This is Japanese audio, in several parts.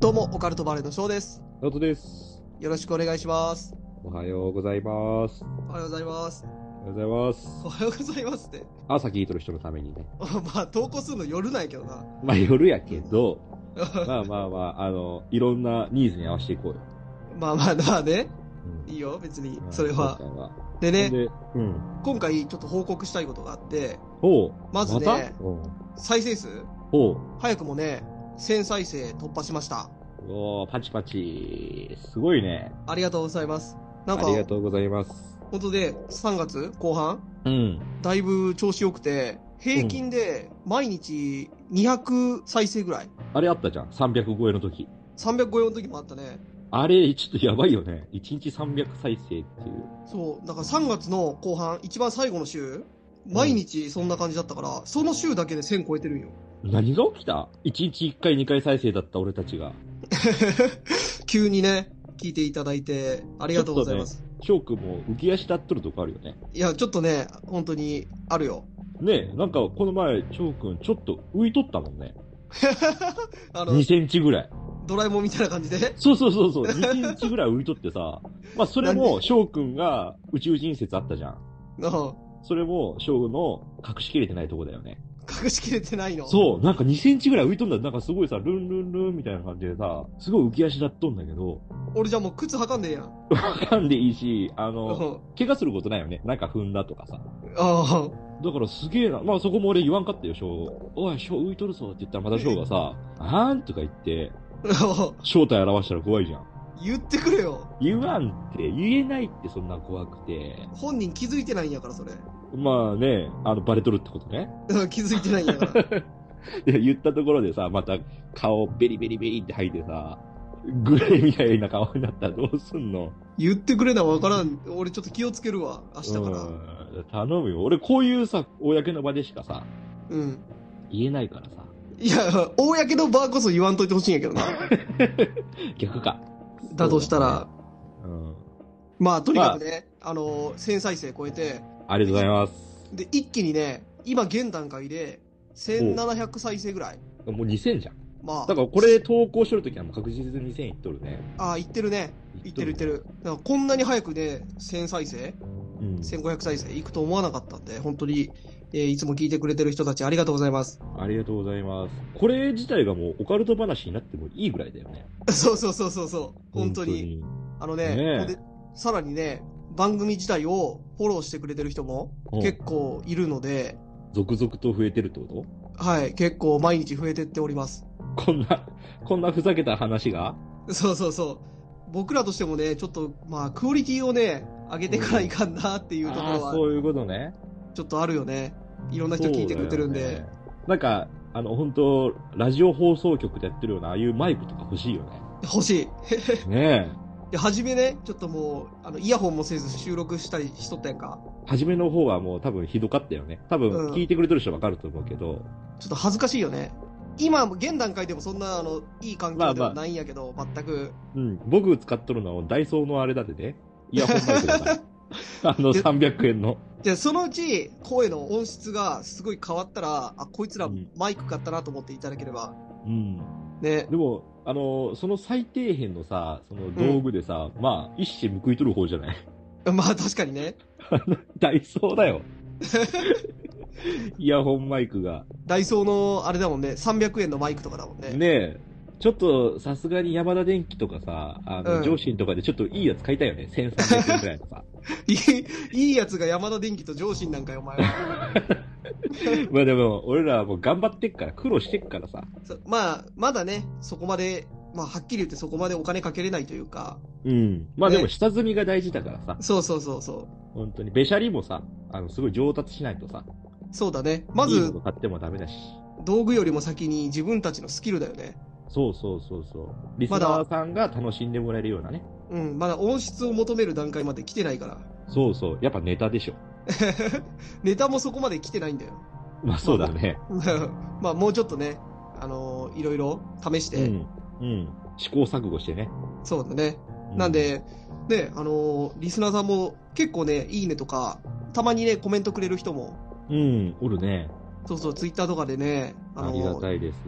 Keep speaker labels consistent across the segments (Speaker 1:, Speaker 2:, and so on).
Speaker 1: どうも、オカルトバレーの翔です。
Speaker 2: 直人です。
Speaker 1: よろしくお願いします。
Speaker 2: おはようございます。
Speaker 1: おはようございます。
Speaker 2: おはようござい
Speaker 1: お
Speaker 2: ます。
Speaker 1: はようございますって。
Speaker 2: 朝聞いとる人のためにね。
Speaker 1: まあ、投稿するの夜なんやけどな。
Speaker 2: まあ夜やけど、まあまあまあ、あの、いろんなニーズに合わせていこうよ。
Speaker 1: まあまあ、まあね。
Speaker 2: うん
Speaker 1: いいよ、別に
Speaker 2: う。ん
Speaker 1: それは
Speaker 2: 今。回は。
Speaker 1: でね、
Speaker 2: ね、で、うん。
Speaker 1: 今回ちょっと報告したいことがあって、
Speaker 2: ほう。
Speaker 1: まずね
Speaker 2: たうん
Speaker 1: 再生数、
Speaker 2: ほう。
Speaker 1: 早くもね、1000再生突破しました。
Speaker 2: おー、パチパチ。すごいね。
Speaker 1: ありがとうございます。なん
Speaker 2: あ
Speaker 1: か、
Speaker 2: りがとうございます。
Speaker 1: 本当で、3月後半、
Speaker 2: うん。
Speaker 1: だいぶ調子良くて、平均で毎日200再生ぐらい。
Speaker 2: あれあったじゃん。300超えの時。
Speaker 1: 300超えの時もあったね。
Speaker 2: あれ、ちょっとやばいよね。1日300再生っていう。
Speaker 1: そう、だから3月の後半、一番最後の週、毎日そんな感じだったから、その週だけで1000超えてるんよ。
Speaker 2: 何が起きた ?1 日1回2回再生だった俺たちが。
Speaker 1: 急にね、聞いていただいて、ありがとうございます。
Speaker 2: 翔くんも浮き足立っとるとこあるよね。
Speaker 1: いや、ちょっとね、本当にあるよ。
Speaker 2: ねえ、なんかこの前、翔くんちょっと浮いとったもんね。
Speaker 1: あの
Speaker 2: 2、センチぐらい。
Speaker 1: ドラえもんみたいな感じで。
Speaker 2: そうそうそうそう、2センチぐらい浮いとってさ。まあそれも翔くんが宇宙人説あったじゃん。
Speaker 1: うん
Speaker 2: それも翔の隠しきれてないとこだよね。
Speaker 1: 隠しきれてないの。
Speaker 2: そう、なんか2センチぐらい浮いとんだ。なんかすごいさ、ルンルンルンみたいな感じでさ、すごい浮き足立っとんだけど、
Speaker 1: 俺じゃもう靴履かんでええやん。
Speaker 2: わかんでいいし、あ
Speaker 1: う
Speaker 2: の、
Speaker 1: ん
Speaker 2: 怪我することないよね。なんか踏んだとかさ。
Speaker 1: あ
Speaker 2: だからすげえな。まあそこも俺言わんかったよ、翔。おい、翔浮いとるぞって言ったらまた翔がさ、あーんとか言って、
Speaker 1: あ。
Speaker 2: 正体表したら怖いじゃん。
Speaker 1: 言ってくれよ。
Speaker 2: 言わんって、言えないってそんな怖くて。
Speaker 1: 本人気づいてないんやから、それ。
Speaker 2: まあね、あの、バレとるってことね。
Speaker 1: うん気づいてないんや から。
Speaker 2: で、言ったところでさ、また顔ベリベリベリって吐いてさ、グレーみたいな顔になったらどうすんの
Speaker 1: 言ってくれなわからん。俺ちょっと気をつけるわ、明日から。
Speaker 2: うん頼むよ。俺こういうさ、公の場でしかさ、
Speaker 1: うん。
Speaker 2: 言えないからさ。
Speaker 1: いや、公の場こそ言わんといてほしいんやけどな。
Speaker 2: 逆か。
Speaker 1: だとしたら、
Speaker 2: うん。
Speaker 1: まあ、とにかくね、あ、の、1000再生超えて、
Speaker 2: ありがとうございます。
Speaker 1: で、一気にね、今現段階で、1700再生ぐらい。
Speaker 2: もう2000じゃん。
Speaker 1: まあ、
Speaker 2: だからこれ投稿しとるときはもう確実に2000いっとるね。
Speaker 1: ああ、いってるね。いってるいってる。だからこんなに早くね、1000再生、
Speaker 2: うん。
Speaker 1: 1500再生いくと思わなかったんで、本当に、えーいつも聞いてくれてる人たちありがとうございます。
Speaker 2: ありがとうございます。これ自体がもうオカルト話になってもいいぐらいだよね。
Speaker 1: そうそうそうそうそう。本当に。あのね、
Speaker 2: ねえ
Speaker 1: ほんでさらにね、番組自体をフォローしてくれてる人も
Speaker 2: 本当に。
Speaker 1: 結
Speaker 2: 結
Speaker 1: 構いるので、
Speaker 2: 続々と増えてるってこ
Speaker 1: はい、結構毎日増えてっております。
Speaker 2: とこんな、 こんなふざけた話が
Speaker 1: そうそうそう。僕らとしてもね、ちょっと、まあ、クオリティをね、上げてからいかんなっていうとこ
Speaker 2: ああ
Speaker 1: ろ
Speaker 2: ー、
Speaker 1: は、
Speaker 2: そういうことね。
Speaker 1: ちょっとあるよね。いろんな人聞いてくれてるん
Speaker 2: そう
Speaker 1: で。
Speaker 2: だよねなんか、あの、本当ラジオ放送局でやってるような、ああいうマイクとか欲しいよね。
Speaker 1: 欲しい。
Speaker 2: ね
Speaker 1: で、初めね、ちょっともう、あの、イヤホンもせず収録したりしとったやんか。
Speaker 2: え。初めの方はもう多分ひどかったよね。多
Speaker 1: うん
Speaker 2: 分聞いてくれてる人わかると思うけど、
Speaker 1: ちょっと恥ずかしいよね。今、現段階でもそんな、あの、いい環境ではないんやけど、全く。
Speaker 2: うん、僕使っとるのはダイソーのあれだって ね。イヤホンマイ クだから。あの、300円の。
Speaker 1: で、そのうち、声の音質がすごい変わったら、あ、こいつら
Speaker 2: うん
Speaker 1: マイク買ったなと思っていただければ、
Speaker 2: うん。
Speaker 1: ね、
Speaker 2: でも、あの、その最底辺のさ、その道具でさ、まあ、一矢報いとる方じゃない
Speaker 1: まあ確かにね、
Speaker 2: ダイソーだ よ。イヤホンマイクが。
Speaker 1: ダイソーのあれだもんね、300円のマイクとかだもんね。
Speaker 2: ねえ。ちょっと、さすがに山田電機とかさ、あの、
Speaker 1: うん
Speaker 2: 上信とかでちょっといいやつ買いたいよね。1300円くらいのさ。
Speaker 1: いい、いいやつが山田電機と上信なんかよ、お前は。
Speaker 2: まあでも、俺らはもう頑張ってっから、苦労してっからさ。
Speaker 1: そまあ、まだね、そこまで、まあはっきり言ってそこまでお金かけれないというか、
Speaker 2: うん。まあでも、
Speaker 1: ね
Speaker 2: 下積みが大事だからさ。
Speaker 1: そうそうそうそう。
Speaker 2: 本当に。べしゃりもさ、あの、すごい上達しないとさ。
Speaker 1: そうだね。ま
Speaker 2: いいも
Speaker 1: ず、
Speaker 2: の買ってもダメだし。
Speaker 1: 道具よりも先に自分たちのスキルだよね。
Speaker 2: そうそうそうそう。リスナーさんが楽しんでもらえるようなね。
Speaker 1: うん、まだ音質を求める段階まで来てないから。
Speaker 2: そうそう。やっぱネタでしょ。
Speaker 1: ネタもそこまで来てないんだよ。
Speaker 2: まあそうだね。
Speaker 1: まあもうちょっとね、あのーいろいろ試し
Speaker 2: う
Speaker 1: て、
Speaker 2: ん。うん。試行錯誤してね。
Speaker 1: そうだね。
Speaker 2: う
Speaker 1: なん、で、ね、あのーリスナーさんも結構ね、いいねとか、たまにね、コメントくれる人も、
Speaker 2: うん、おるね。
Speaker 1: そうそう、ツイッターとかでね、あ
Speaker 2: あ
Speaker 1: の
Speaker 2: りが
Speaker 1: ー
Speaker 2: たいです。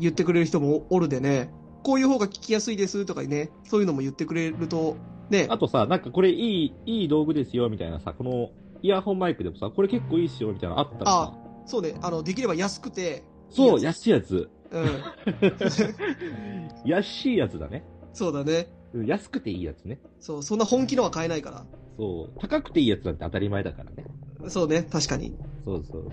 Speaker 1: 言ってくれる人もおるでね、こういう方が聞きやすいですとかね、そういうのも言ってくれると、ね、
Speaker 2: あとさ、なんかこれいい、いい道具ですよ、みたいなさ、このイヤホンマイクでもさ、これ結構いいっすよ、みたいなのあったらさ。
Speaker 1: そうね、あの、できれば安くて、
Speaker 2: そう、
Speaker 1: いいや
Speaker 2: 安いや つ。
Speaker 1: つ うん、
Speaker 2: 安いやつだね。
Speaker 1: そうだね。
Speaker 2: うん安くていいやつね。
Speaker 1: そう、そんな本気のは買えないか
Speaker 2: そう。高くていいやつなんて当たり前だからね。
Speaker 1: ら。そうね、確かに。
Speaker 2: そうそうそうそう。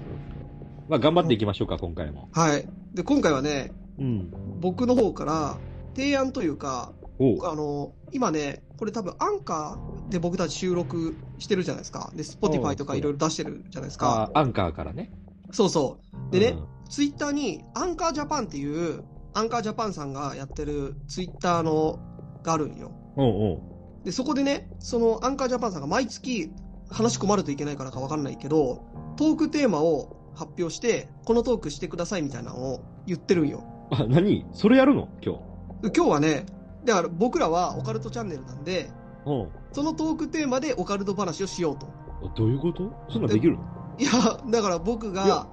Speaker 2: まあ、頑張っていきましょうか、今回も。
Speaker 1: はい。で、今回はね、
Speaker 2: うん。
Speaker 1: 僕の方から提案というか、
Speaker 2: おう。
Speaker 1: あの、今ね、これ多分アンカーで僕たち収録してるじゃないですか。で、
Speaker 2: う
Speaker 1: Spotify
Speaker 2: ん
Speaker 1: とかいろいろ出してるじゃないですか。
Speaker 2: あアンカーからね。
Speaker 1: そうそう。でね、
Speaker 2: うん
Speaker 1: ツイッターにアンカージャパンっていう、アンカージャパンさんがやってるツイッターのがあるんよ。
Speaker 2: おう
Speaker 1: で、そこでね、そのアンカージャパンさんが毎月話し込まれといけないからかわかんないけど、トークテーマを発表して、このトークしてくださいみたいなのを言ってるんよ。
Speaker 2: おう。あ、何それやるの今日。
Speaker 1: で今日はね、だから僕らはオカルトチャンネルなんで、
Speaker 2: おうん。
Speaker 1: そのトークテーマでオカルト話をしようと。
Speaker 2: あどういうことそんなんできるの
Speaker 1: いや、だから僕
Speaker 2: い
Speaker 1: が
Speaker 2: や、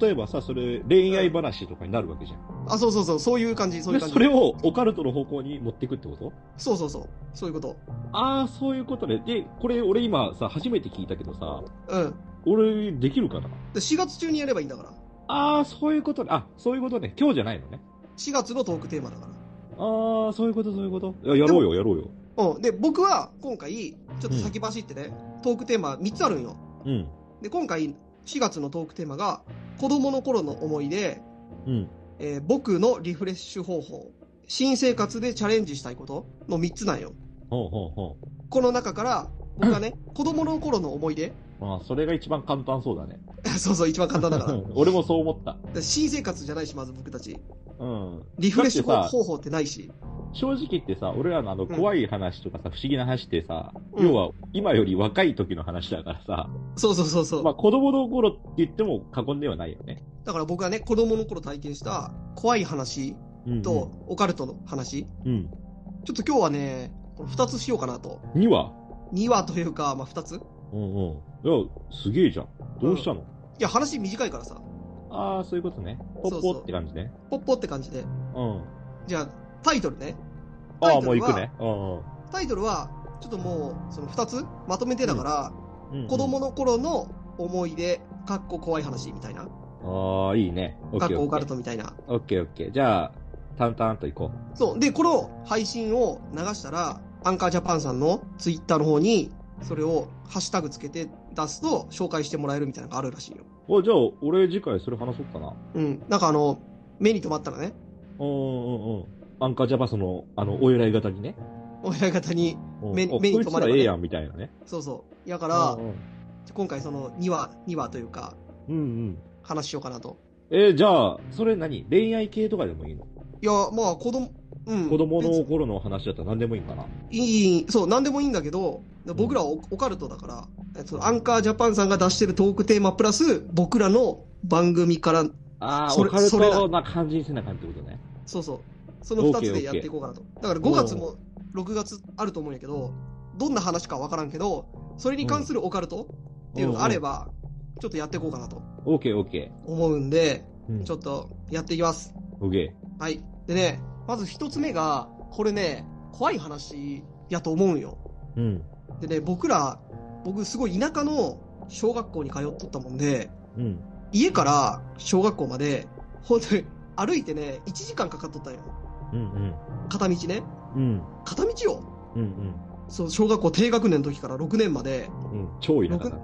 Speaker 2: 例えばさ、それ、恋愛話とかになるわけじゃん。
Speaker 1: あ、そうそうそう、そういう感じ、そういう
Speaker 2: で
Speaker 1: 感じ。
Speaker 2: それをオカルトの方向に持っていくってこと
Speaker 1: そうそうそう、そういうこと。
Speaker 2: ああ、そういうことね。で、これ俺今さ、初めて聞いたけどさ、
Speaker 1: うん。
Speaker 2: 俺できるかな
Speaker 1: で4月中にやればいいんだから。
Speaker 2: ああ、そういうことね。あ、そういうことね。今日じゃないのね。
Speaker 1: 4月のトークテーマだから。
Speaker 2: ああ、そういうこと、そういうこと。いややろうよ、やろうよ。
Speaker 1: うん。で、僕は今回、ちょっと先走ってね、トークテーマ3つあるんよ。
Speaker 2: うん。
Speaker 1: で、今回、4月のトークテーマが、子供の頃の思い出、
Speaker 2: うん。
Speaker 1: えー僕のリフレッシュ方法、新生活でチャレンジしたいことの3つなんよ。
Speaker 2: ほうほうほう。
Speaker 1: この中から、僕 はね、子供の頃の思い出、
Speaker 2: ああ、それが一番簡単そうだね。
Speaker 1: そうそう、一番簡単だから。だか
Speaker 2: 俺もそう思った。
Speaker 1: ら新生活じゃないし、まず僕たち。
Speaker 2: うん。
Speaker 1: リフレッシュ
Speaker 2: だってさ
Speaker 1: 方法ってないし。
Speaker 2: 正直言ってさ、俺らのあの、
Speaker 1: ん
Speaker 2: 怖い話とかさ、不思議な話ってさ、
Speaker 1: うん
Speaker 2: 要は、今より若い時の話だからさ、
Speaker 1: そうそうそうそう。
Speaker 2: まあ子供の頃って言っても過言ではないよね。
Speaker 1: だから僕はね、子供の頃体験した怖い話
Speaker 2: うん。
Speaker 1: とオカルトの話。
Speaker 2: うん。
Speaker 1: ちょっと今日はね、この2つしようかなと。
Speaker 2: には、
Speaker 1: 2話というか、まあ2つ。い
Speaker 2: うんうん。いや、すげえじゃん。どうしたの、
Speaker 1: や、話短いからさ、
Speaker 2: ああ、そういうことね。ポ
Speaker 1: そう
Speaker 2: ッ
Speaker 1: そ
Speaker 2: ポ
Speaker 1: う
Speaker 2: って感じね。
Speaker 1: ポッポって感じで。
Speaker 2: うん。
Speaker 1: じゃあ、タイトルね。タ
Speaker 2: ああ、
Speaker 1: イト
Speaker 2: もう
Speaker 1: ルは
Speaker 2: 行くね。うんうん
Speaker 1: タイトルは、ちょっともう、その2つまとめてだから、
Speaker 2: うんうん。
Speaker 1: 子供の頃の思い出、かっこ怖い話みたいな。
Speaker 2: ああ、いいね。オ
Speaker 1: かっ
Speaker 2: ッケー
Speaker 1: こ
Speaker 2: オ
Speaker 1: オカル
Speaker 2: ッケー。
Speaker 1: トみたいな。
Speaker 2: オッケーオッケー。じゃあ、淡々と行こ
Speaker 1: そう。で、この配信を流したら、アンカージャパンさんのツイッターの方に、それをハッシュタグつけて出すと紹介してもらえるみたいなのがあるらしいよ。
Speaker 2: う。お、じゃあ、俺次回それ話そうかな。
Speaker 1: うん。なんかあの、目に留まったらね、
Speaker 2: うんうんうん。アンカージャパスの、あの、お依頼型にね。
Speaker 1: 親方に、
Speaker 2: うん
Speaker 1: 目
Speaker 2: あ
Speaker 1: 目に留まればね
Speaker 2: こいつらええやん、みたいなね。
Speaker 1: そうそう。やから
Speaker 2: う、ん
Speaker 1: 今回その2話、2話というか、
Speaker 2: うんうん。
Speaker 1: 話しようかなと。
Speaker 2: えーじゃあ、それ何恋愛系とかでもいいの
Speaker 1: いや、まあ子供、うん。
Speaker 2: 子供の
Speaker 1: 別
Speaker 2: 頃の話だったら何でもいいんかな。
Speaker 1: いい、そう、なんでもいいんだけど、僕らはオオカルトだから、えそのアンカージャパンさんが出してるトークテーマプラス、僕らの番組から、
Speaker 2: ああ、
Speaker 1: そ
Speaker 2: オ
Speaker 1: れ
Speaker 2: カル
Speaker 1: それだ
Speaker 2: トな感じにせなあかんってことね。
Speaker 1: そうそう、その2つでやっていこうかなと。だから5月も6月あると思うんやけど、どんな話かわからんけど、それに関するオカルトっていうのがあれば、ちょっとやっていこうかなと
Speaker 2: うんうん。オッケーオッケ
Speaker 1: 思うんで、
Speaker 2: ー。うん
Speaker 1: ちょっとやっていきます。
Speaker 2: オッケ
Speaker 1: はい。でね、まず1つ目が、これね、怖い話やと思うんよ。
Speaker 2: ー。うん。
Speaker 1: でね、僕ら、僕すごい田舎の小学校に通っとったもんで、
Speaker 2: うん。
Speaker 1: 家から小学校まで、本当に歩いてね、1時間かかっとったんよ。
Speaker 2: うんうん。
Speaker 1: 片道ね。
Speaker 2: うん。
Speaker 1: 片道よ。
Speaker 2: うんうん。
Speaker 1: そう、小学校低学年の時から6年まで、
Speaker 2: うん。超田舎だね。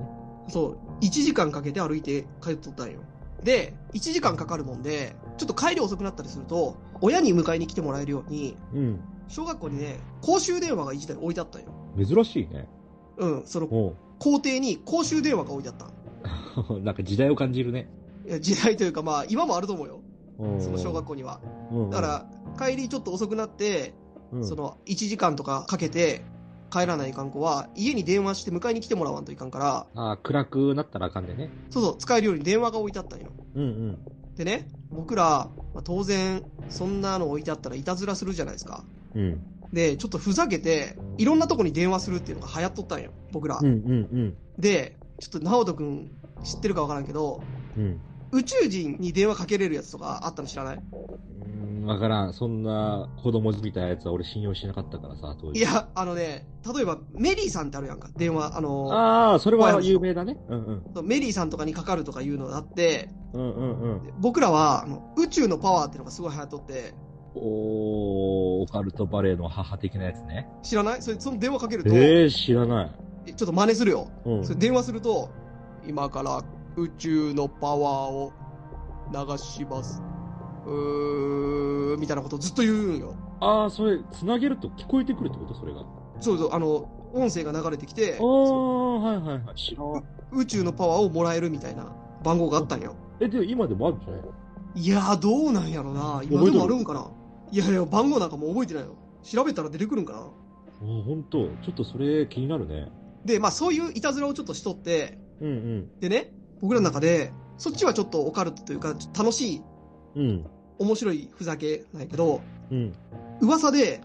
Speaker 1: そう、1時間かけて歩いて通っとったんよ。で、1時間かかるもんで、ちょっと帰り遅くなったりすると、親に迎えに来てもらえるように、
Speaker 2: うん。
Speaker 1: 小学校にね、公衆電話が1台置いてあったんよ。
Speaker 2: 珍しいね。
Speaker 1: うん、その
Speaker 2: おう
Speaker 1: 校庭に公衆電話が置いてあったん
Speaker 2: なんか時代を感じるね。
Speaker 1: いや時代というか、まあ、今もあると思うよ。
Speaker 2: うん
Speaker 1: その小学校には。
Speaker 2: うん
Speaker 1: だから、帰りちょっと遅くなって、
Speaker 2: うん
Speaker 1: その、1時間とかかけて、帰らないかん子は、家に電話して迎えに来てもらわんといかんから、
Speaker 2: あー暗くなったらあかんでね。
Speaker 1: そうそう、使えるように電話が置いてあったんよ。
Speaker 2: うんうん。
Speaker 1: でね、僕ら、まあ当然、そんなの置いてあったらいたずらするじゃないですか。
Speaker 2: うん。
Speaker 1: で、ちょっとふざけて、いろんなとこに電話するっていうのが流行っとったんよ、僕ら。
Speaker 2: うんうん
Speaker 1: で、ちょっと直人くん知ってるかわからんけど、
Speaker 2: うん。うん
Speaker 1: 宇宙人に電話かけれるやつとかあったの知らないう
Speaker 2: ーん。わからん。そんな子供じみたやつは俺信用しなかったからさ、当時。
Speaker 1: い。や、あのね、例えばメリーさんってあるやんか、電話、あの、
Speaker 2: ああ、それは有名だね。うんうん。
Speaker 1: メリーさんとかにかかるとかいうのがあって、
Speaker 2: うんうんうん。
Speaker 1: で僕らはあの宇宙のパワーっていうのがすごい流行っとって、
Speaker 2: おー、オカルトバレーの母的なやつね。
Speaker 1: 知らないそれ、その電話かけると、
Speaker 2: えー、知らない。
Speaker 1: えちょっと真似するよ。
Speaker 2: うん
Speaker 1: それ電話すると、今から宇宙のパワーを流します。うー、みたいなことをずっと言うんよ。
Speaker 2: ああ、それ、繋げると聞こえてくるってことそれが。あ
Speaker 1: そうそう、あの、音声が流れてきて、
Speaker 2: あ、はいはいはい。知らん。
Speaker 1: 宇宙のパワーをもらえるみたいな番号があったんよ。
Speaker 2: え、でも今でもあるんじゃない
Speaker 1: いやー、どうなんやろな。今でもあるんかな。いやいや、番号なんかもう覚えてないよ。調べたら出てくるんかな。
Speaker 2: あー、ほんと。ちょっとそれ気になるね。
Speaker 1: で、まあそういういたずらをちょっとしとって、
Speaker 2: うん
Speaker 1: でね、僕らの中で、そっちはちょっとオカルトというか、ちょっと楽しい、
Speaker 2: うん。うん。
Speaker 1: 面白いふざけないけど、
Speaker 2: うん。
Speaker 1: 噂で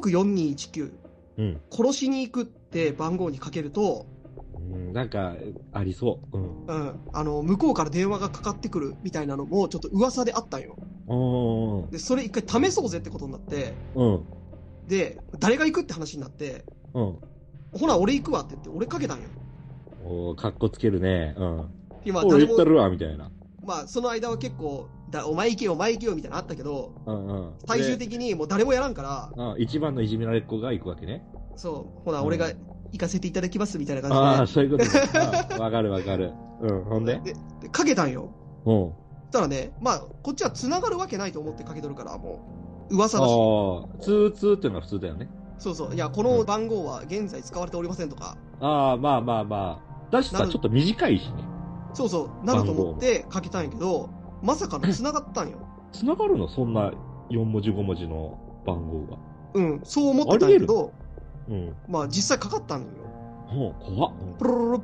Speaker 1: 564219
Speaker 2: うん。
Speaker 1: 殺しに行くって番号にかけると、
Speaker 2: うん、なんか、ありそう。うん。
Speaker 1: うん、あの、向こうから電話がかかってくるみたいなのもちょっと噂であったんよ。
Speaker 2: あ
Speaker 1: で、それ一回試そうぜってことになって、
Speaker 2: あ。うん。
Speaker 1: で、誰が行くって話になって、
Speaker 2: うん。
Speaker 1: ほな、俺行くわって言って、俺かけたんよ。
Speaker 2: おー、かっこつけるね。うん。
Speaker 1: 今、
Speaker 2: お
Speaker 1: 誰
Speaker 2: 言った
Speaker 1: も、
Speaker 2: るわ、みたいな。
Speaker 1: まあ、その間は結構、だお前行けよ、お前行けよ、みたいなのあったけど、
Speaker 2: うんうん。
Speaker 1: 最終的にもう誰もやらんから、
Speaker 2: あ一番のいじめられっ子が行くわけね。
Speaker 1: そう、ほな、
Speaker 2: うん
Speaker 1: 俺が行かせていただきます、みたいな
Speaker 2: ああ、
Speaker 1: 感
Speaker 2: そういうことね。あーわかるわかる。うん、ほん
Speaker 1: じで
Speaker 2: で。
Speaker 1: ででかけたんよ。
Speaker 2: うん。
Speaker 1: そしたらね、まあ、こっちは繋がるわけないと思ってかけとるから、もう、噂だし、
Speaker 2: ああ、ツーツーっていうのが普通だよね。
Speaker 1: そうそう、いや、この番号は現在使われておりませんとか、
Speaker 2: ああ、まあまあまあ。だし
Speaker 1: な
Speaker 2: さ、
Speaker 1: る
Speaker 2: ちょっと短いしね。
Speaker 1: そうそう、なると思ってかけたんやけど、まさかの繋がったんよ。
Speaker 2: 繋がるのそんな4文字5文字の番号が。
Speaker 1: うん、そう思ってたんやけど、
Speaker 2: うん。
Speaker 1: まあ、実際かかったんよ。
Speaker 2: うん、怖っ。
Speaker 1: プルルル、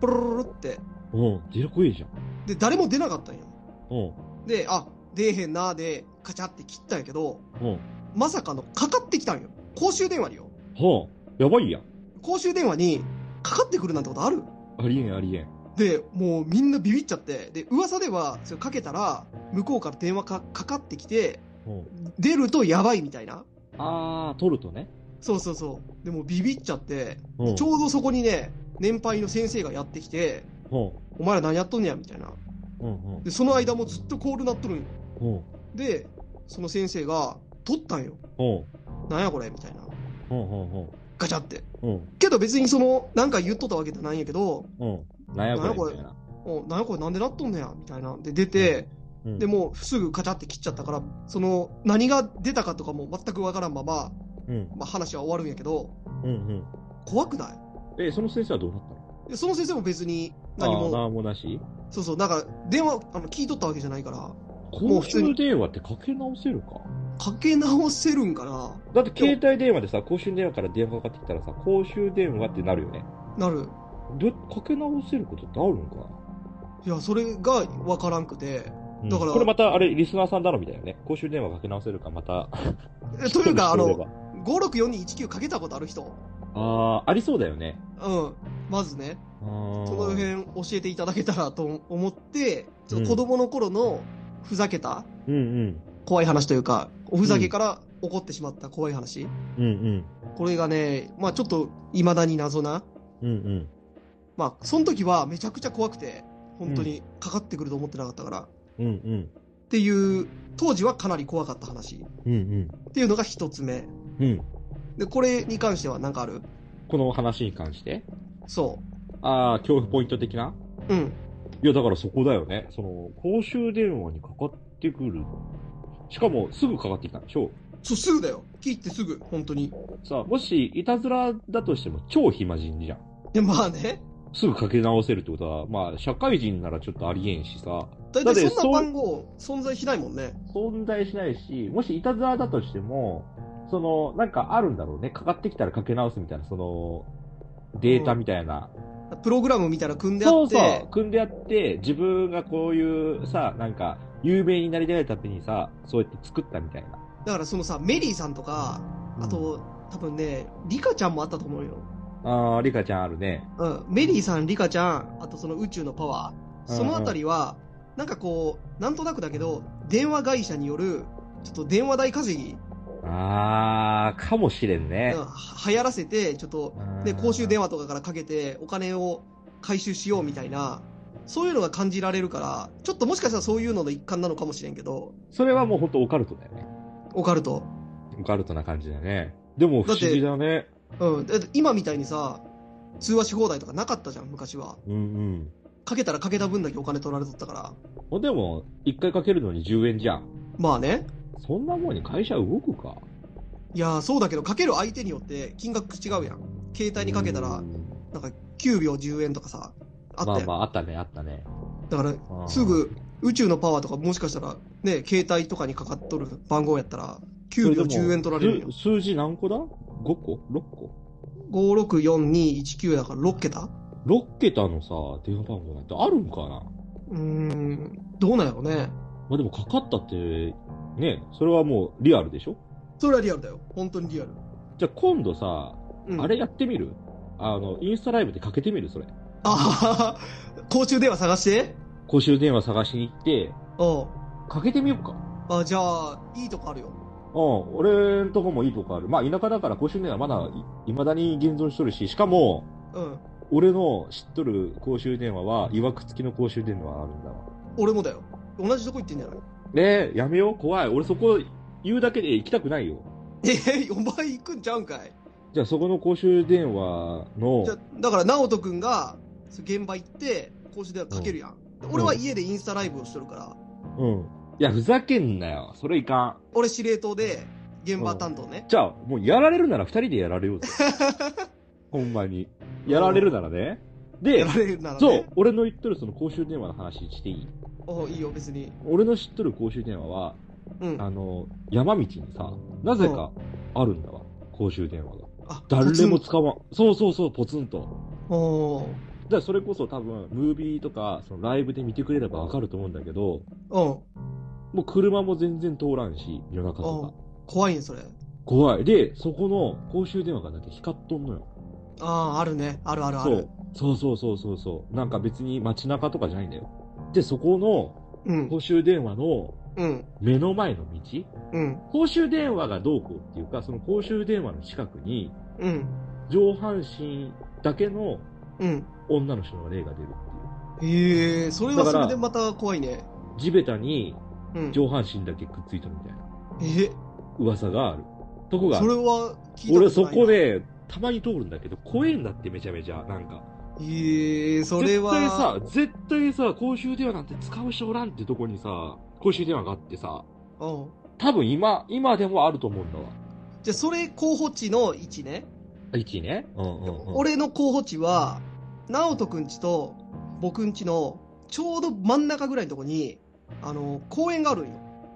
Speaker 1: プルルルって。
Speaker 2: うん。うん、出るこいいじゃん。
Speaker 1: で、誰も出なかったんよ。
Speaker 2: うん。
Speaker 1: で、あ、出えへんなーで、カチャって切ったんやけど、
Speaker 2: うん。
Speaker 1: まさかのかかってきたんよ。公衆電話によ。
Speaker 2: はあ、やばいやん。
Speaker 1: 公衆電話にかかってくるなんてことある
Speaker 2: ありえんありえん。
Speaker 1: で、もうみんなビビっちゃって、で、噂では、それかけたら、向こうから電話かかかってきて、
Speaker 2: うん。
Speaker 1: 出るとやばいみたいな。
Speaker 2: ああ、取るとね。
Speaker 1: そうそうそう。でもビビっちゃって、
Speaker 2: うん。
Speaker 1: ちょうどそこにね、年配の先生がやってきて、
Speaker 2: うん。
Speaker 1: お前ら何やっとんねや、みたいな。
Speaker 2: うん。
Speaker 1: で、その間もずっとコールなっとるんよ。
Speaker 2: うん。
Speaker 1: で、その先生が、取ったんよ。
Speaker 2: うん。
Speaker 1: なんやこれみたいな。
Speaker 2: うん。うん。
Speaker 1: ガチャって。
Speaker 2: うん。
Speaker 1: けど別にその、なんか言っとったわけじゃないんやけど、
Speaker 2: うん。なんやこれみたいな。
Speaker 1: おなんやこれなんでなっとんねや、みたいな。で、出て、
Speaker 2: うん
Speaker 1: で、もうすぐカチャって切っちゃったから、その、何が出たかとかも全くわからんまま、
Speaker 2: うん。
Speaker 1: まあ話は終わるんやけど、
Speaker 2: うん。うん。
Speaker 1: 怖くない
Speaker 2: え、その先生はどうなったの
Speaker 1: でその先生も別に何
Speaker 2: あー
Speaker 1: も、
Speaker 2: なんもなし
Speaker 1: そうそう、なんか電話、あの、聞いとったわけじゃないから、もう
Speaker 2: 公
Speaker 1: 普通に
Speaker 2: 衆電話ってかけ直せるか
Speaker 1: かけ直せるんかな
Speaker 2: だって携帯電話でさ、公衆電話から電話かかってきたらさ、公衆電話ってなるよね。
Speaker 1: なる。
Speaker 2: どかけ直せることってあるのか
Speaker 1: いや、それがわからんくて、
Speaker 2: な、うん
Speaker 1: だから
Speaker 2: これまた、あれ、リスナーさん頼みだよね。公衆電話かけ直せるか、また。
Speaker 1: えというか、あ
Speaker 2: 聞
Speaker 1: の
Speaker 2: こ、
Speaker 1: 564219かけたことある人、
Speaker 2: えればあー、ありそうだよね。
Speaker 1: うん、まずね、
Speaker 2: その
Speaker 1: その辺教えていただけたらと思って、ちょっと子供の頃のふざけた
Speaker 2: うんうん。
Speaker 1: 怖い話というか、おふざけから起こってしまった怖い話。
Speaker 2: うんうん。
Speaker 1: これがね、まあちょっと未だに謎な。
Speaker 2: うんうん。
Speaker 1: まあその時はめちゃくちゃ怖くて、本当にかかってくると思ってなかったから。
Speaker 2: うんうん。
Speaker 1: っていう、当時はかなり怖かった話。
Speaker 2: うんうん。
Speaker 1: っていうのが一つ目。
Speaker 2: うん。
Speaker 1: で、これに関してはなんかある
Speaker 2: この話に関して
Speaker 1: そ
Speaker 2: あー、恐怖ポイント的な
Speaker 1: う。うん。
Speaker 2: いや、だからそこだよね。その、公衆電話にかかってくる。しかも、すぐかかってきたんでしょ
Speaker 1: そう、すぐだよ。切ってすぐ、本当に。
Speaker 2: さあ、もし、いたずらだとしても、超暇人じゃん。
Speaker 1: で、まあね。
Speaker 2: すぐかけ直せるってことは、まあ、社会人ならちょっとありえんしさ、
Speaker 1: 大
Speaker 2: だ
Speaker 1: 体
Speaker 2: って
Speaker 1: そ
Speaker 2: そ
Speaker 1: ん
Speaker 2: う
Speaker 1: な番号存在しないもんね。
Speaker 2: 存在しないし、もしいたずらだとしても、その、なんかあるんだろうね。かかってきたらかけ直すみたいな、その、データみたいな。
Speaker 1: プログラムみたいなの組んであ
Speaker 2: そう
Speaker 1: っ
Speaker 2: そう
Speaker 1: て、、
Speaker 2: 組んであって、自分がこういうさ、なんか、有名になりたいためにさ、そうやって作ったみたいな。
Speaker 1: だからそのさ、メリーさんとか、あと、多分ね、リカちゃんもあったと思うよ。
Speaker 2: あー、リカちゃんあるね。
Speaker 1: うん、メリーさん、リカちゃん、あとその宇宙のパワー、そのあたりは、なんかこう、なんとなくだけど、電話会社による、ちょっと電話代稼ぎ、
Speaker 2: あー、かもしれ
Speaker 1: う
Speaker 2: ん
Speaker 1: ん、
Speaker 2: ね。
Speaker 1: は流行らせて、ちょっと、で、公衆電話とかからかけて、お金を回収しようみたいな、そういうのが感じられるから、ちょっともしかしたらそういうのの一環なのかもしれんけど、
Speaker 2: それはもうほんとオカルトだよね。
Speaker 1: オカルト。
Speaker 2: オカルトな感じだね。でも不思議だね。
Speaker 1: うん、だって今みたいにさ、通話し放題とかなかったじゃん、昔は。
Speaker 2: うんうん。
Speaker 1: かけたらかけた分だけお金取られとったから。
Speaker 2: ほんでも、一回かけるのに10円じゃん。
Speaker 1: まあね。
Speaker 2: そんなもんに会社動くか
Speaker 1: いやー、そうだけど、かける相手によって金額違うやん。携帯にかけたら、9秒10円とかさ、あった
Speaker 2: まあ
Speaker 1: やん。
Speaker 2: まあ、あったね、あったね。
Speaker 1: だから、
Speaker 2: うん
Speaker 1: すぐ、宇宙のパワーとかもしかしたら、ね、携帯とかにかかっとる番号やったら、9秒10円取られるよ。
Speaker 2: 数数字何個だ ?5 個 ?6 個
Speaker 1: 564219だから6桁
Speaker 2: ?6 桁のさ、電話番号なんてあるんかな
Speaker 1: うーん、どうなんやろね。
Speaker 2: まあでもかかったって、ね、それはもうリアルでしょ
Speaker 1: それはリアルだよ。本当にリアル。
Speaker 2: じゃあ今度さ、
Speaker 1: うん
Speaker 2: あれやってみるあの、インスタライブでかけてみるそれ。
Speaker 1: あははは公衆電話探して
Speaker 2: 公衆電話探しに行って、
Speaker 1: うん。
Speaker 2: かけてみようか。
Speaker 1: あ、じゃあ、いいとこあるよ。
Speaker 2: うん、俺んとこもいいとこある。まあ田舎だから公衆電話まだい未だに現存しとるし、しかも、
Speaker 1: うん。
Speaker 2: 俺の知っとる公衆電話は、いわくつきの公衆電話あるんだわ。
Speaker 1: 俺もだよ。同じとこ行ってんじゃない
Speaker 2: ねえ、やめよう、怖い。俺そこ言うだけで行きたくないよ。
Speaker 1: えへ、お前行くんちゃうんかい
Speaker 2: じゃあそこの公衆電話の
Speaker 1: じゃ、だから、直人くんが、現場行って、公衆電話かけるやん。俺は家でインスタライブをしとるから、
Speaker 2: うん。いや、ふざけんなよ。それいかん。
Speaker 1: 俺司令塔で、現場担当ね。
Speaker 2: じゃあ、もうやられるなら二人でやられよ うぜ。ほんまに。やられるならね。で
Speaker 1: やら、れるならね。
Speaker 2: そう、俺の言っとるその公衆電話の話していい
Speaker 1: おいいよ、別に。
Speaker 2: 俺の知っとる公衆電話は、
Speaker 1: うん。
Speaker 2: あの、山道にさ、なぜかあるんだわ。公衆電話が。
Speaker 1: あ
Speaker 2: 誰も
Speaker 1: ポツン
Speaker 2: 使わん。そうそうそう、ポツンと。
Speaker 1: お
Speaker 2: だからそれこそ多分、ムービーとか、そのライブで見てくれればわかると思うんだけど、
Speaker 1: ーうん。
Speaker 2: もう車も全然通らんし、夜中とか。
Speaker 1: 怖いね、それ。
Speaker 2: 怖い。で、そこの公衆電話がだけ光っとんのよ。
Speaker 1: ああ、あるね。あるあるあ
Speaker 2: そ
Speaker 1: る
Speaker 2: う。。そうそうそうそうそう。なんか別に街中とかじゃないんだよ。で、そこの
Speaker 1: うん。
Speaker 2: 公衆電話の
Speaker 1: うん。
Speaker 2: 目の前の道
Speaker 1: うん。
Speaker 2: 公衆電話がどうこうっていうか、その公衆電話の近くに、
Speaker 1: うん。
Speaker 2: 上半身だけの
Speaker 1: うん。
Speaker 2: 女の人の霊が出るってい
Speaker 1: へえ、それは
Speaker 2: だ
Speaker 1: そ
Speaker 2: から
Speaker 1: れでまた怖いね。
Speaker 2: う。地べたに
Speaker 1: うん。
Speaker 2: 上半身だけくっついたみたいな。
Speaker 1: え、
Speaker 2: 噂がある。とこがあ
Speaker 1: そ
Speaker 2: る
Speaker 1: れは聞いた
Speaker 2: 俺
Speaker 1: と
Speaker 2: そ
Speaker 1: ないな
Speaker 2: こ。で、たまに通るんだけど、怖えんだってめちゃめちゃ、なんか。
Speaker 1: ええ、それは。
Speaker 2: 絶対さ、絶対さ、公衆電話なんて使う人おらんってとこにさ、公衆電話があってさ、
Speaker 1: うん。
Speaker 2: 多分今、今でもあると思うんだわ。
Speaker 1: じゃあ、それ候補地の位置ね。
Speaker 2: 1位ね。うんうん、うん。
Speaker 1: 俺の候補地は、直人くんちと僕んちのちょうど真ん中ぐらいのとこに、あの、公園があるんよ。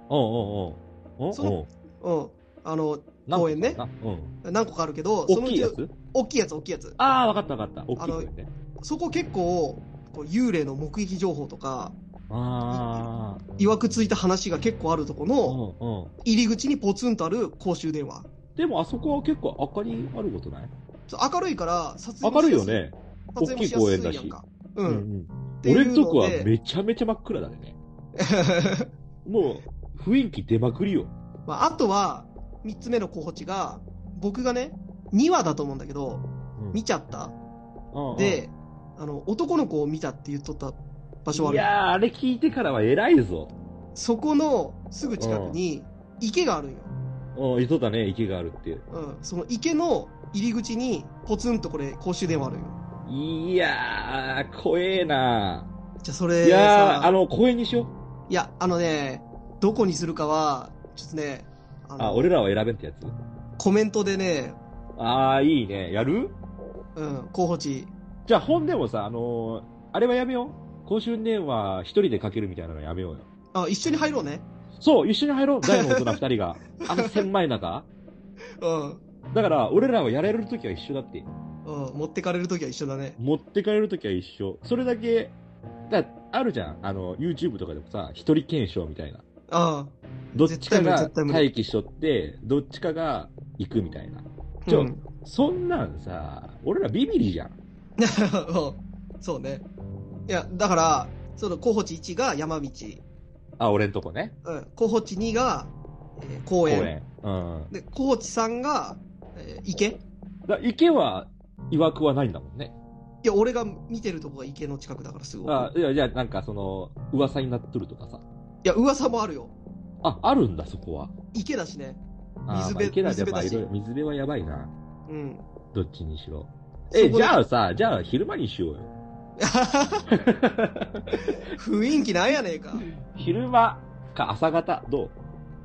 Speaker 2: うんうんうん。
Speaker 1: そのうん。あの、
Speaker 2: うんうん
Speaker 1: 公園ね
Speaker 2: なんかなうん。
Speaker 1: 何個かあるけど、そ
Speaker 2: 大
Speaker 1: のう
Speaker 2: きい
Speaker 1: ち
Speaker 2: や、つ
Speaker 1: 大きいやつ、大きいやつ。
Speaker 2: ああ、わかったわかった。大きい公園ね。
Speaker 1: そこ結構、こう幽霊の目撃情報とか、
Speaker 2: ああ。
Speaker 1: いわくついた話が結構あるとこ
Speaker 2: う
Speaker 1: の、
Speaker 2: んうん。
Speaker 1: 入り口にポツンとある公衆電話。
Speaker 2: でもあそこは結構明かりあることない
Speaker 1: そう明るいから、撮影
Speaker 2: 明
Speaker 1: も
Speaker 2: る
Speaker 1: し
Speaker 2: い
Speaker 1: や
Speaker 2: よ
Speaker 1: すい。
Speaker 2: ね。
Speaker 1: 撮影もしやすいや
Speaker 2: 大き
Speaker 1: ん
Speaker 2: い公
Speaker 1: か。うん。
Speaker 2: ん。
Speaker 1: ってい
Speaker 2: 俺
Speaker 1: うんの
Speaker 2: とこは
Speaker 1: で
Speaker 2: めちゃめちゃ真っ暗 だね。もう、雰囲気出まくりよ。
Speaker 1: まあ、あとは、三つ目の候補地が、僕がね、2話だと思うんだけど、見ちゃった。
Speaker 2: うんうん
Speaker 1: で、あの、男の子を見たって言っとった場所あ
Speaker 2: い
Speaker 1: る。
Speaker 2: やー、あれ聞いてからは偉いぞ。
Speaker 1: そこのすぐ近くに、池があるんよ。
Speaker 2: うん、言っとったね、池があるって。
Speaker 1: うん。その池の入り口に、ポツンとこれ、公衆電話あるんよ。
Speaker 2: いやー、怖えな
Speaker 1: じゃあ、そ
Speaker 2: ー。
Speaker 1: れ
Speaker 2: いや
Speaker 1: さ
Speaker 2: ー、あの、公園にしよう。
Speaker 1: いや、あのね、どこにするかは、ちょっとね、あの
Speaker 2: あ、俺らは選べんってやつ。
Speaker 1: コメントでね、
Speaker 2: あー、いいね。やる
Speaker 1: うん、候補地
Speaker 2: じゃあ本でもさ、あのーあれはやめよう。公衆電話一人でかけるみたいなのやめようよ。
Speaker 1: あ、一緒に入ろうね。
Speaker 2: そう、一緒に入ろう。大の大人二人が。あの狭い中。
Speaker 1: うん。
Speaker 2: だから、俺らはやれるときは一緒だって。
Speaker 1: うん、持ってかれるときは一緒だね。
Speaker 2: 持ってかれるときは一緒。それだけ、だあるじゃん。あの、YouTube とかでもさ、一人検証みたいな。
Speaker 1: あ
Speaker 2: どっち
Speaker 1: 絶対
Speaker 2: かが
Speaker 1: 無理絶対無理
Speaker 2: 待機しとって、どっちかが行くみたいな。
Speaker 1: あ。
Speaker 2: ちょ
Speaker 1: うん。
Speaker 2: そんなんさ、俺らビビリじゃん。
Speaker 1: うんそうね。いや、だから、その候補地1が山道、
Speaker 2: あ、俺んとこね。
Speaker 1: うん、候補地2が、えー公
Speaker 2: 公
Speaker 1: 園
Speaker 2: 園。うん。
Speaker 1: で、候補地3が、えー池い
Speaker 2: だ池は、曰くはないんだもんね。
Speaker 1: や、俺が見てるとこが池の近くだからすごい。
Speaker 2: あ、いや、いや、なんかその、噂になっとるとかさ。
Speaker 1: いや、噂もあるよ。
Speaker 2: あ、あるんだ、そこは。
Speaker 1: 池だしね。水
Speaker 2: あまあ
Speaker 1: 辺
Speaker 2: 池だ
Speaker 1: 水辺
Speaker 2: まあ
Speaker 1: だし
Speaker 2: いろいろ水辺はやばいな。
Speaker 1: うん。
Speaker 2: どっちにしろ。
Speaker 1: そ
Speaker 2: え、
Speaker 1: こで
Speaker 2: じゃあさ、じゃあ昼間にしようよ。
Speaker 1: 雰囲気なんやねえか。
Speaker 2: 昼間か朝方、ど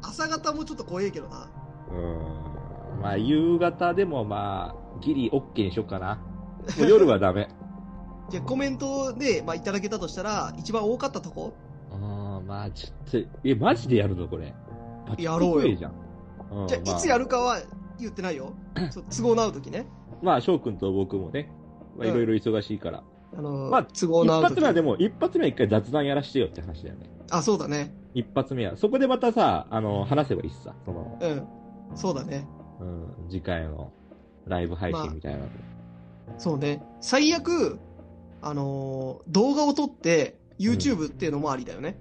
Speaker 1: 朝方もちょっと怖えけどな。
Speaker 2: ううーん。まあ、夕方でもまあ、ギリ OK にしよっかな。もう夜はダメ。
Speaker 1: じゃあコメントで、まあ、いただけたとしたら、一番多かったとこ
Speaker 2: うーん、まあ、ちょっと、え、マジでやるのこれ。パチ
Speaker 1: や
Speaker 2: ッ
Speaker 1: ろ
Speaker 2: と
Speaker 1: うよ
Speaker 2: 食えじゃん。うん
Speaker 1: じゃあ、いつやるかは言ってないよ。そう都合の合うときね。
Speaker 2: まあ、翔くんと僕もね、まあ、
Speaker 1: う
Speaker 2: い
Speaker 1: ん
Speaker 2: ろいろ忙しいから。
Speaker 1: あのー
Speaker 2: まあ
Speaker 1: 都合
Speaker 2: 一
Speaker 1: の合うと
Speaker 2: 発
Speaker 1: き
Speaker 2: 目。はでも、一発目は一回雑談やらしてよって話だよね。
Speaker 1: あ、そうだね。
Speaker 2: 一発目は。そこでまたさ、あの、話せばいいしさ。その、
Speaker 1: うん。そうだね。
Speaker 2: うん、次回のライブ配信みたいなの。
Speaker 1: そうね。最悪、あのー動画を撮って、YouTube っていうのもありだよね。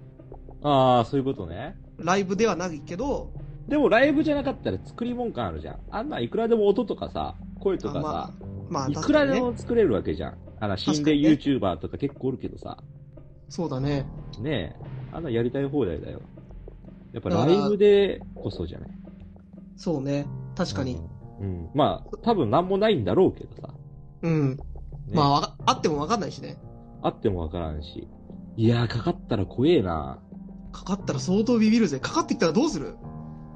Speaker 2: ああ、そういうことね。
Speaker 1: ライブではないけど、
Speaker 2: でもライブじゃなかったら作り物感あるじゃん。あんなんいくらでも音とかさ、声とか
Speaker 1: あ
Speaker 2: さ、
Speaker 1: ままあ、
Speaker 2: い
Speaker 1: 確
Speaker 2: く
Speaker 1: からに
Speaker 2: で
Speaker 1: ね。
Speaker 2: も作れるわけじゃん。あの、
Speaker 1: かにね
Speaker 2: 心霊 YouTuber とか結構おるけどさ、
Speaker 1: そうだね。
Speaker 2: ねえ、あんなんやりたい放題だよ。やっぱ
Speaker 1: だか
Speaker 2: ラ
Speaker 1: ら
Speaker 2: イブでこそじゃない。
Speaker 1: そうね。確かに。
Speaker 2: うん。うん。まあ、多分なんもないんだろうけどさ。
Speaker 1: うん。
Speaker 2: ね
Speaker 1: まあ、わかあってもわかんないしね。
Speaker 2: あってもわからんし。いやー、かかったら怖えな。
Speaker 1: かかったら相当ビビるぜ。かかってきたらどうする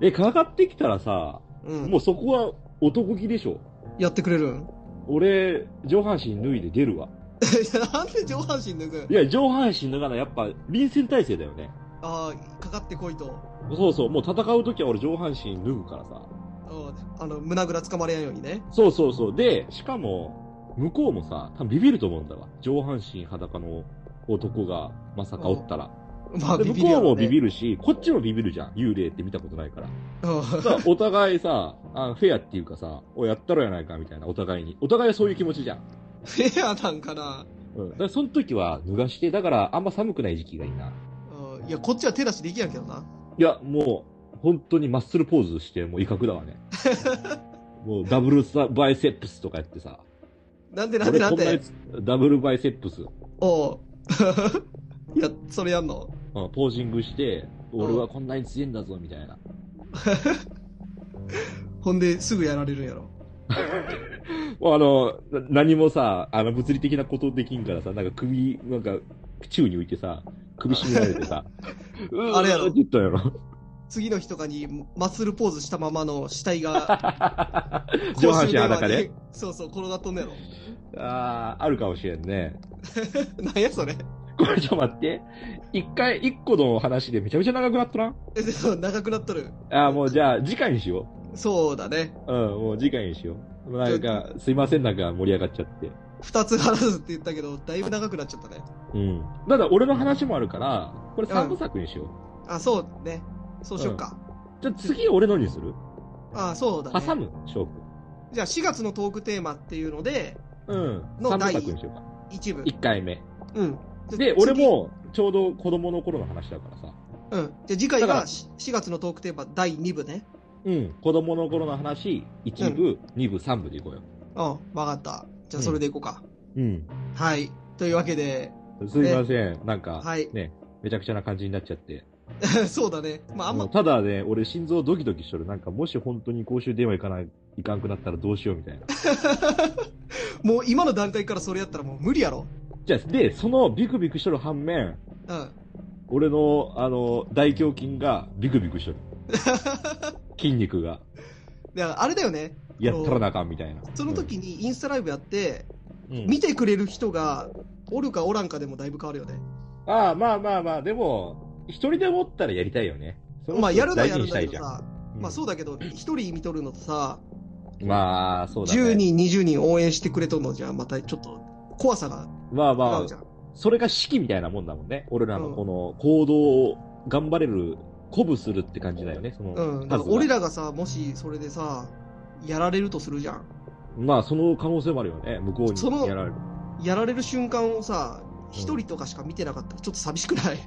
Speaker 2: え、かかってきたらさ、
Speaker 1: うん。
Speaker 2: もうそこは男気でしょ。
Speaker 1: やってくれるん
Speaker 2: 俺、上半身脱いで出るわ。
Speaker 1: いや なんで上半身脱ぐ
Speaker 2: いや、上半身脱がない。やっぱ、臨戦態勢だよね。
Speaker 1: ああ、かかってこいと。
Speaker 2: そうそう、もう戦うときは俺上半身脱ぐからさ。
Speaker 1: うんあの、胸ぐらつかまれんようにね。
Speaker 2: そうそうそう。で、しかも、向こうもさ、多分ビビると思うんだわ。上半身裸の男が、まさかおったら。
Speaker 1: まあ、
Speaker 2: で
Speaker 1: ビビる
Speaker 2: 向こ
Speaker 1: や
Speaker 2: う
Speaker 1: ろ
Speaker 2: も
Speaker 1: うね
Speaker 2: ビビるし、こっちもビビるじゃん。幽霊って見たことないから。
Speaker 1: うん
Speaker 2: さお互いさ、あフェアっていうかさ、おやったろやないかみたいな、お互いに。お互いそういう気持ちじゃん。
Speaker 1: フェアなんかな。
Speaker 2: うん。だからその時は脱がして、だからあんま寒くない時期がいいな。
Speaker 1: うんいや、こっちは手出しできやんけどな。
Speaker 2: いや、もう、本当にマッスルポーズして、もう威嚇だわね。 もう、ダブルさバイセップスとかやってさ。
Speaker 1: なんでなんで
Speaker 2: 俺
Speaker 1: な
Speaker 2: こ
Speaker 1: ん
Speaker 2: んなや
Speaker 1: で
Speaker 2: つダブルバイセップス。うん
Speaker 1: おう。 いや、それやんの
Speaker 2: ポージングして、俺はこんなに強いんだぞ、みたいな。
Speaker 1: ほんですぐやられるんやろ。
Speaker 2: もうあの、な何もさ、あの、物理的なことできんからさ、なんか首、なんか、宙に浮いてさ、首絞められて さ、うー
Speaker 1: あれやろ
Speaker 2: って言ったんや ろ。
Speaker 1: 次の日とかにマッスルポーズしたままの死体が
Speaker 2: 上
Speaker 1: 公
Speaker 2: 半身裸
Speaker 1: 衆電話
Speaker 2: で
Speaker 1: に。そうそう、転がっとんねやろ。
Speaker 2: あー、あるかもしれんね。
Speaker 1: なんやそれ。
Speaker 2: これちょっと待って。一回、一個の話でめちゃめちゃ長くなっとらん
Speaker 1: えでも長くなっとる。
Speaker 2: ああ、もうじゃあ、次回にしよ
Speaker 1: そうだね。
Speaker 2: う。うん、もう次回にしよう。もうなんか、すいません、なんか盛り上がっちゃって。
Speaker 1: 二つ話すって言ったけど、だいぶ長くなっちゃったね。
Speaker 2: うん。ただ、俺の話もあるから、これ三部作にしよう。
Speaker 1: あ、そうね。そうしよっか。
Speaker 2: じゃあ次、俺のにする
Speaker 1: あ、そうだね。
Speaker 2: 挟む、翔くん。
Speaker 1: じゃあ4月のトークテーマっていうので、
Speaker 2: うん。
Speaker 1: の
Speaker 2: 三部
Speaker 1: 第
Speaker 2: 作にしようか。
Speaker 1: 一部。
Speaker 2: 一回目。
Speaker 1: うん。じゃ
Speaker 2: で
Speaker 1: あ、
Speaker 2: 俺。も、ちょうど子供の頃の話だからさ。
Speaker 1: 次うん。じゃあ次回
Speaker 2: だか
Speaker 1: が
Speaker 2: ら
Speaker 1: 4月のトークテーマ第2部ね。
Speaker 2: うん。子供の頃の話、一部、二部、三部でいこうよ。
Speaker 1: うん、わかった。じゃあそれでいこうか。
Speaker 2: うん。
Speaker 1: はい。というわけで、
Speaker 2: すいません。なんか、
Speaker 1: はい。
Speaker 2: ね、めちゃくちゃな感じになっちゃって。
Speaker 1: そうだね。まああんま
Speaker 2: もう、ただね、俺心臓ドキドキしとる。なんか、もし本当に公衆電話行かない、行かんくなったらどうしようみたいな。
Speaker 1: もう今の段階からそれやったらもう無理やろ。
Speaker 2: じゃあ、で、そのビクビクしとる反面、
Speaker 1: うん。
Speaker 2: 俺の、あの、大胸筋がビクビクしと る。筋肉が、
Speaker 1: だからあれだよね。
Speaker 2: やったらなあかんみたいな。
Speaker 1: その時にインスタライブやって、
Speaker 2: うん
Speaker 1: 見てくれる人がおるかおらんかでもだいぶ変わるよね。
Speaker 2: ああ、まあまあまあ、でも、一人でもおったらやりたいよね。その人
Speaker 1: まあ、やるのは
Speaker 2: 大
Speaker 1: や
Speaker 2: 事
Speaker 1: る
Speaker 2: に
Speaker 1: ん
Speaker 2: した
Speaker 1: だけ
Speaker 2: いじ
Speaker 1: ど
Speaker 2: ゃん。
Speaker 1: さ、
Speaker 2: うん
Speaker 1: まあそうだけど、一人見とるのとさ、
Speaker 2: まあ、そうだね。
Speaker 1: 10人、20人応援してくれとんのじゃ、またちょっと怖さが
Speaker 2: まあま
Speaker 1: 違
Speaker 2: あ
Speaker 1: うじ、ゃん。
Speaker 2: それが式みたいなもんだもんね。俺ら
Speaker 1: うん
Speaker 2: のこの行動を頑張れる、鼓舞するって感じだよね。その
Speaker 1: うん、だか
Speaker 2: 数
Speaker 1: ら
Speaker 2: が
Speaker 1: 俺らがさ、もしそれでさ、やられるとするじゃん。
Speaker 2: まあ、その可能性もあるよね。向こう
Speaker 1: その
Speaker 2: にやられる。
Speaker 1: やられる瞬間をさ、一人とかしか見てなかったらちょっと寂しくない。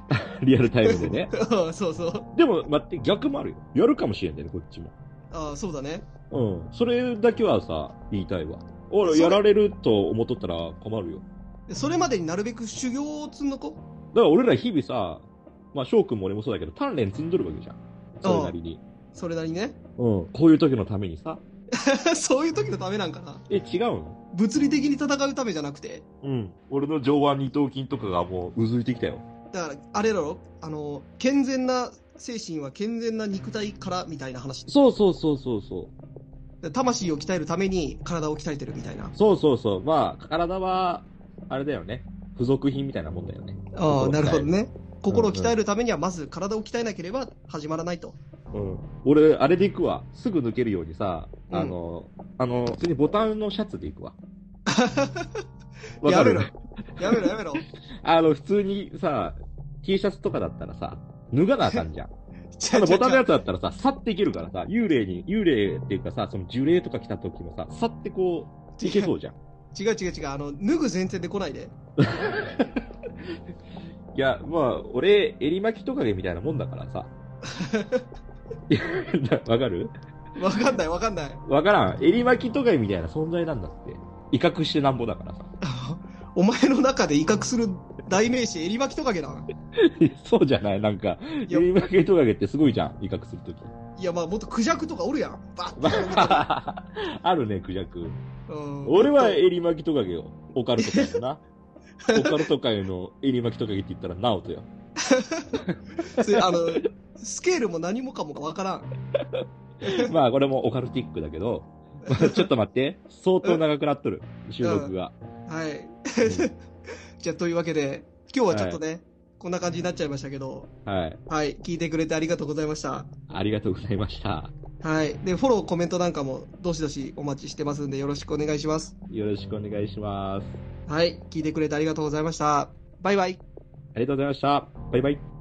Speaker 2: リアルタイムでね
Speaker 1: うんそうそう。
Speaker 2: でも、待って、逆もあるよ。やるかもしれんだよね、こっちも。
Speaker 1: ああ、そうだね。
Speaker 2: うん。それだけはさ、言いたいわ。俺、
Speaker 1: それ
Speaker 2: やられると思っとったら困るよ。
Speaker 1: それまでになるべく修行を積んどこ
Speaker 2: だから俺ら日々さ、まあ、翔くんも俺もそうだけど、鍛錬積んどるわけじゃん。それなりに。
Speaker 1: それなりにね。
Speaker 2: うん。こういう時のためにさ。
Speaker 1: そういう時のためなんかな。
Speaker 2: え、違うの
Speaker 1: 物理的に戦うためじゃなくて。
Speaker 2: うん。俺の上腕二頭筋とかがもう、うずいてきたよ。
Speaker 1: だから、あれだろあの、健全な精神は健全な肉体からみたいな話。
Speaker 2: そうそうそうそうそう。
Speaker 1: 魂を鍛えるために体を鍛えてるみたいな。
Speaker 2: そうそうそう。まあ、体は、あれだよね。付属品みたいなもんだよね。
Speaker 1: ああ、なるほどね。心を
Speaker 2: うんうん
Speaker 1: 鍛えるためには、まず体を鍛えなければ始まらないと。
Speaker 2: うん。俺、あれで行くわ。すぐ抜けるようにさ、
Speaker 1: うん
Speaker 2: あの、あの、普通にボタンのシャツで行 くわ。わ
Speaker 1: や
Speaker 2: か
Speaker 1: め
Speaker 2: る
Speaker 1: ろ。やめろ、や めろ。
Speaker 2: あの、普通にさ、T シャツとかだったらさ、脱がなあかんじゃん。
Speaker 1: ち
Speaker 2: あ
Speaker 1: ゃ
Speaker 2: の、
Speaker 1: ち
Speaker 2: ボ
Speaker 1: ゃ
Speaker 2: タン
Speaker 1: ち
Speaker 2: の
Speaker 1: ゃ
Speaker 2: やつだったらさ、さっていけるからさ、幽霊に、幽霊っていうかさ、その呪霊とか来た時もさ、さってこう、いけそうじゃん。
Speaker 1: 違う違う違う。あの、脱ぐ前提で来ないで。
Speaker 2: いや、まあ、俺、襟巻きトカゲみたいなもんだから さ。いやわかる
Speaker 1: わかんない、わかんない。
Speaker 2: わからん。襟巻きトカゲみたいな存在なんだって。威嚇してなんぼだからさ。
Speaker 1: お前の中で威嚇する代名詞、襟巻きトカゲな。
Speaker 2: そうじゃないなんか、
Speaker 1: いや
Speaker 2: 襟巻きトカゲってすごいじゃん。威嚇するとき。
Speaker 1: いや、まあ、もっとクジャクとかおるやん。バッ
Speaker 2: ま
Speaker 1: て広げたら。
Speaker 2: ああるね、クジャク。
Speaker 1: うん
Speaker 2: 俺は襟巻きトカゲよ。オカルトカゲ よな。オカルトカゲの襟巻きトカゲって言ったらナオトよ。
Speaker 1: それあの、スケールも何もかもわからん。
Speaker 2: まあ、これもオカルティックだけど、 まあちょっと待って。相当長くなっとる。収録が。
Speaker 1: はい。
Speaker 2: う
Speaker 1: じゃあ、というわけで、今日はちょっとね、こんな感じになっちゃいましたけど、
Speaker 2: んはい。
Speaker 1: はい、聞いてくれてありがとうございました。
Speaker 2: ありがとうございました。
Speaker 1: はい。で、フォロー、コメントなんかも、どしどしお待ちしてますんで、よろしくお願いします。
Speaker 2: よろしくお願いします。
Speaker 1: はい。聞いてくれてありがとうございました。バイバイ。
Speaker 2: ありがとうございました。バイバイ。